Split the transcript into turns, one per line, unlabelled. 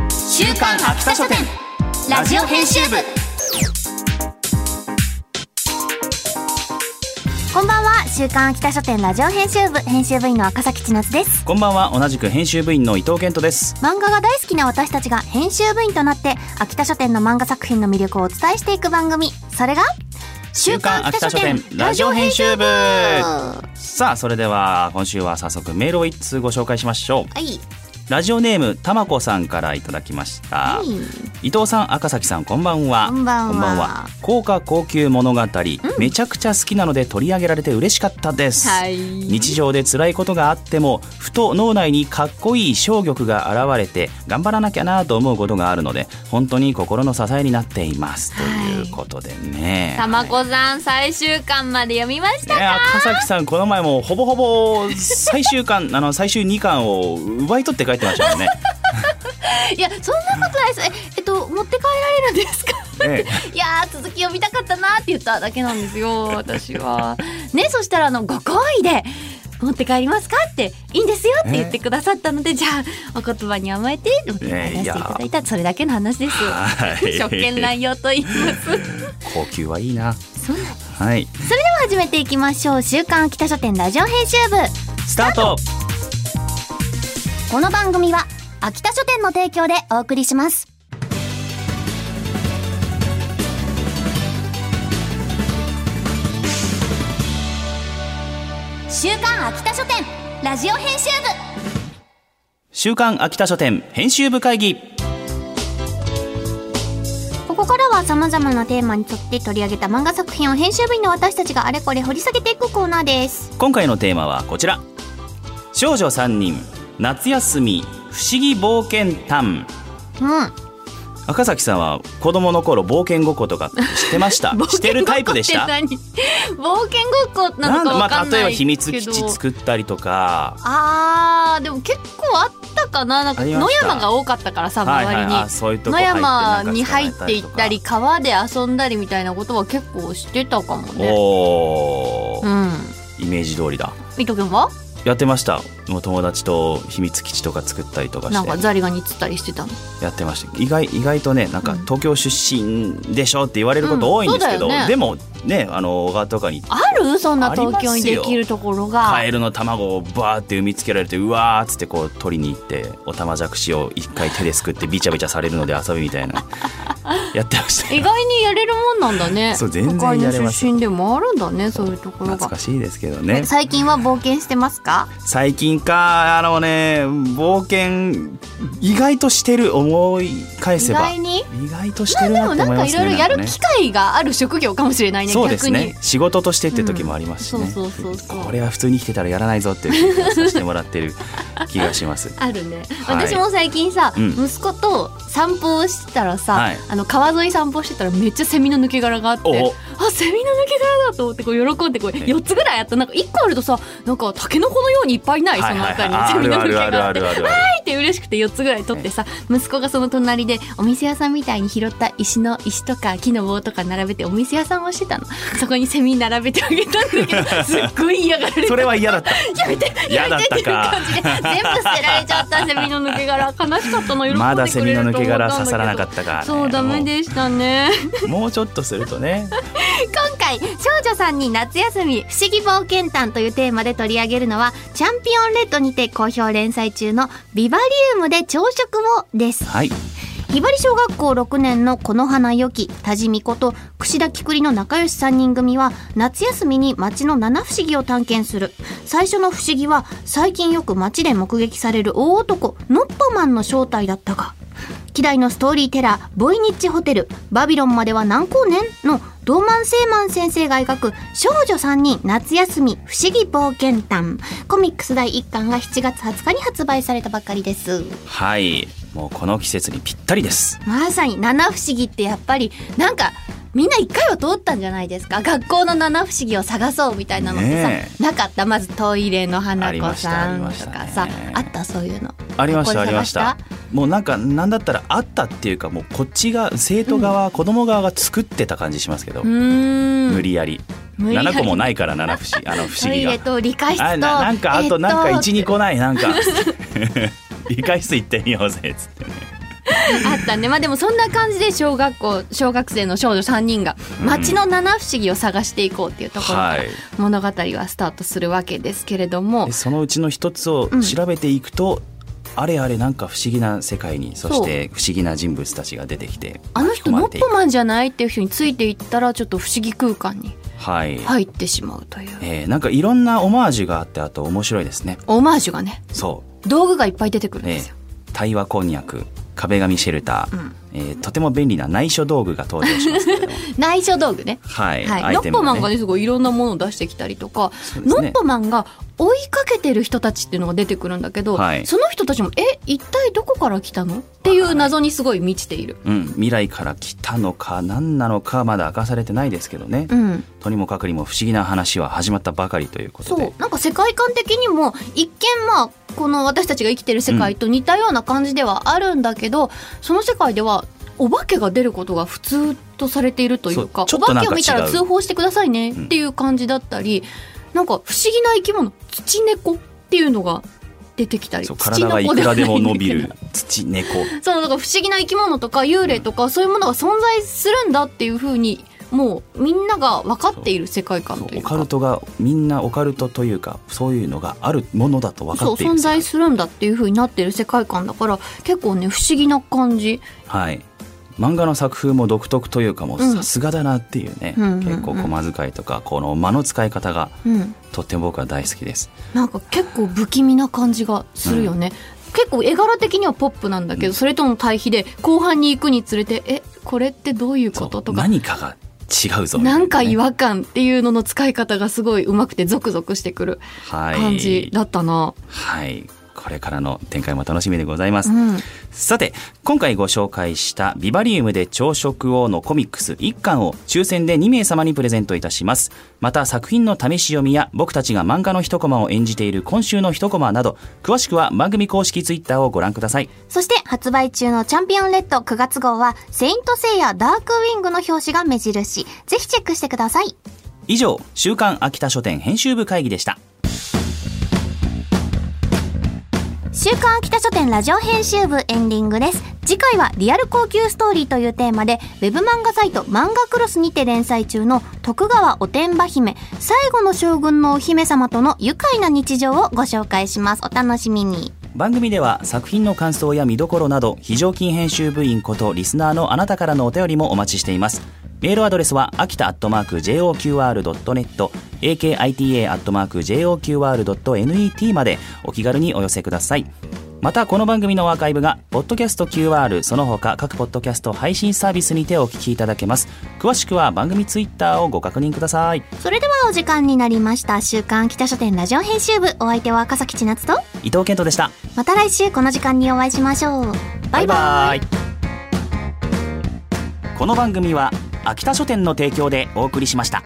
刊秋田書店ラジオ編集部
こんばんは週刊秋田書店ラジオ編集部編集部員の赤崎千夏です
こんばんは同じく編集部員の伊藤健人です
漫画が大好きな私たちが編集部員となって秋田書店の漫画作品の魅力をお伝えしていく番組それが
週刊秋田書店ラジオ編集部
は
さあそれでは今週は早速メールを一通ご紹介しましょう
い
ラジオネームたまこさんからいただきました、
はい
伊藤さん赤崎さんこんばんは
こんばんは
高価高級物語、めちゃくちゃ好きなので取り上げられて嬉しかったです、
はい
日常で辛いことがあってもふと脳内にかっこいい小玉が現れて頑張らなきゃなと思うことがあるので本当に心の支えになっています、
はい
ということでね
たまこさん最終巻まで読みました
ね、赤崎さんこの前もほぼほぼ最終巻あの最終2巻を奪い取って帰ってましたもんね。
いやそんなことないですええっと持って帰られるんですか
ええ
いやー続き読みたかったなーって言っただけなんですよ私はねそしたらあのご好意で持って帰りますかっていいんですよって言ってくださったので、じゃあお言葉に甘えて持って帰らせていただいた、それだけの話ですよ
は い
職権乱用と言います。
高級はいいな。
そうなん
はい。
始めていきましょう週刊秋田書店ラジオ編集部
スタート。
この番組は秋田書店の提供でお送りします週刊秋田書店ラジオ編集
週刊秋田書店編集部会議。
部ここからは様々なテーマに沿って取り上げた漫画作品を編集部員の私たちがあれこれ掘り下げていくコーナーです
今回のテーマはこちら。少女3人夏休み不思議冒険探。
うん
赤崎さんは子供の頃冒険ごっことかしてました してるタイプでした。
冒険ごっこな
な
の
んだ
かわか
まあ
ん
例え
な
ば
い
秘密
け
基
ど、
地作ったりとか。
あーでも結構あったかななんか
あり
野
ました
山が多かったからさ
は
周
い
り
は
に、
いはい、そういうとこ
野
入って
山に入ってい
なん
っ
か捕まえ
たり
とか
川で遊んだりみたいなことは結構してたかもね。
おお、
うん。
イメージ通りだ
伊藤君は
やってましたもう友達と秘密基地とか作ったりとか
なん
し
か
て
ザリガニ釣ったりしてたの。
やってました意外意外とねなん
う
か
ん
東京出身でしょって言われること多いんですけど、
うんそうだよね
でもねあの小川とかに
あるそんな東京にでき
あります
る
よ
ところが。
カエルの卵をバーって産みつけられてうわーっつってこう取りに行っておたまじゃくしを一回手ですくってビチャビチャされるので遊びみた いなやってました
意
よ
外にやれるもんなんだね。
そう全然やれます
都会の出身でもあるんだねそういうところ
懐
が
か。しいですけどね
最近は冒険してますか
最近かあのね冒険意外としてる思い返
意
せば
外に
意外としてる
で
な
も
っ
な
て思
んか
いま
い
す
ろ
ね
いろやる機
なんかね
会がある職業かもしれないね
そうです
逆に
ね。仕事としてって時もありますしね、
うんそうそうそうそう
これは普通に生きてたらやらないぞっていう気がさせてもらっ てる気がします
あるね、
はい
私も最近さ、
うん
息子と散歩をしてたらさ、
はい
あの川沿い散歩してたらめっちゃセミの抜け殻があって
お
あセミの抜け殻だと思ってこう喜んでこう
ね
4つぐらいあったなんか1個あるとさなんかタケノコのようにいっぱいないその辺りに
あ
セミ
る
の
あ
抜け
るある
殻
あ
って
るある
入って嬉しくて4つぐらい取ってさ息子がその隣でお店屋さんみたいに拾った石の石とか木の棒とか並べてお店屋さんをしてたのそこにセミ並べてあげたんだけ どすっごい嫌がられ て
それは嫌だった
やめて
嫌だったか
やめてっていう感じで全部捨てられちゃったセミの抜け殻悲しかったの喜んでくれると思ったんだけど
まだセミの抜け殻刺さらなかったか、
そうダメでしたね
もうもうちょっとするとね
今回少女さんに夏休み不思議冒険探というテーマで取り上げるのはチャンピオンレッドにて好評連載中のビバリウムで朝食をです
はい
ひばり小学校6年のこの花よき田地美子と櫛田きくりの仲良し3人組は夏休みに町の七不思議を探検する最初の不思議は最近よく町で目撃される大男ノッパマンの正体だったが希代のストーリーテラーボイニッチホテルバビロンまでは何光年のドーマン・セーマン先生が描く少女3人夏休み不思議冒険探コミックス第1巻が7月20日に発売されたばかりです
はいもうこの季節にぴったりです
まさに七不思議ってやっぱりなんかみんな一回は通ったんじゃないですか学校の七不思議を探そうみたいなのってさ、
ね
なかったまずトイレの花
あ
子さ
り
ん
ま
と
したあり
か
ました
さあ,、
ね
ったそういうの
ありましたあ
学校
り
で探
ましたもうなんかなんだったらあったっていうかもうこっちが生徒側、子供側が作ってた感じしますけど、
うーん
無理やり
無理やり
7個もないから7不 思議あの不
ト
思議
イレ
が
と理科室と
あななんかあとなんか
えっ
12個ないなんか理解室行ってみようぜっつってね
あったんでまあでもそんな感じで小学校小学生の少女3人が町の七不思議を探していこうっていうところか
は
ら
い
物語はスタートするわけですけれども
でそのうちの一つを調べていくと、あれあれなんか不思議な世界にそして不思議な人物たちが出てきて
あの人
巻き込ま
ノ
れ
ッ
ていく
ポマンじゃないっていう人についていったらちょっと不思議空間に
はい、
入ってしまうという
えーなんかいろんなオマージュがあってあと面白いですね
オマージュがね
そ
道具がいっぱい出てくる
うん
ですよ。
えー対話こんにゃく壁紙シェルター、
うん
えーとても便利な内緒道具が登場 しますけれども
内緒道具ね。
はい、
は
ア
い、
イ
ノ
テ
ッ
ム
ポマ
がね
ンがねすごいいろんなものを出してきたりとか、
そうです
ノ
ね
ッポマンが追いかけてる人たちっていうのが出てくるんだけど、
はい
その人たちも「え一体どこから来たの?」っていう謎にすごい満ちている。
うん、未来から来たのか何なのかまだ明かされてないですけどね、
うん、
とにもかくにも不思議な話は始まったばかりということ
そ
で
うなんか世界観的にも一見まあこの私たちが生きてる世界と似たような感じではあるんだけど、その世界ではお化けが出ることが普通とされているというか
そうちょっ
お
と
化
なん
け
か
を見たら
違う
通報してくださいねっ
うん
ていう感じだったり、なんか不思議な生き物土猫っていうのが出てきたり
そう体がいくらでも伸びる土猫
そうだから不思議な生き物とか幽霊とかそういうものが存在するんだっていうふうにもうみんなが分かっている世界観
そう
とい
オ
うか
カルトがみんなオカルトというかそういうのがあるものだと分か
そう
っている
存在するんだっていうふうになってる世界観だから結構ね不思議な感じ
はい漫画の作風も独特というかもう
うん
さすがだなっていうね、
うんうんうん
結構駒遣いとかこの間の使い方が
うん
とっても僕は大好きです
なんか結構不気味な感じがするよね、結構絵柄的にはポップなんだけど、
うん
それとの対比で後半に行くにつれてえこれってどういうこ
そ
と
う
とか
何かが違うぞみたい
な
ね
んか違和感っていうのの使い方がすごい上手くてゾクゾクしてくる
はい
感じだったな、
はいこれからの展開も楽しみでございます、
うん
さて今回ご紹介した「ビバリウムで朝食を」のコミックス1巻を抽選で2名様にプレゼントいたしますまた作品の試し読みや僕たちが漫画の一コマを演じている今週の一コマなど詳しくは番組公式ツイッターをご覧ください
そして発売中のチャンピオンレッド9月号は、セイントセイヤダークウィングの表紙が目印。ぜひチェックしてください。
以上週刊秋田書店編集部会議でした
週刊秋田書店ラジオ編集部エンディングです。次回はリアル高級ストーリーというテーマで、ウェブ漫画サイト漫画クロスにて連載中の徳川おてんば姫、最後の将軍のお姫様との愉快な日常をご紹介します。お楽しみに。
番組では作品の感想や見どころなど非常勤編集部員ことリスナーのあなたからのお便りもお待ちしていますメールアドレスは秋田アットマーク JOQR.net akita アットマーク JOQR.net までお気軽にお寄せくださいまたこの番組のアーカイブがポッドキャスト QR その他各ポッドキャスト配信サービスにてお聞きいただけます詳しくは番組ツイッターをご確認ください
それではお時間になりました。週刊秋田書店ラジオ編集部、お相手は赤崎千夏と、
伊藤健人でした
また来週この時間にお会いしましょう。バイバイ。
イこの番組は秋田書店の提供でお送りしました。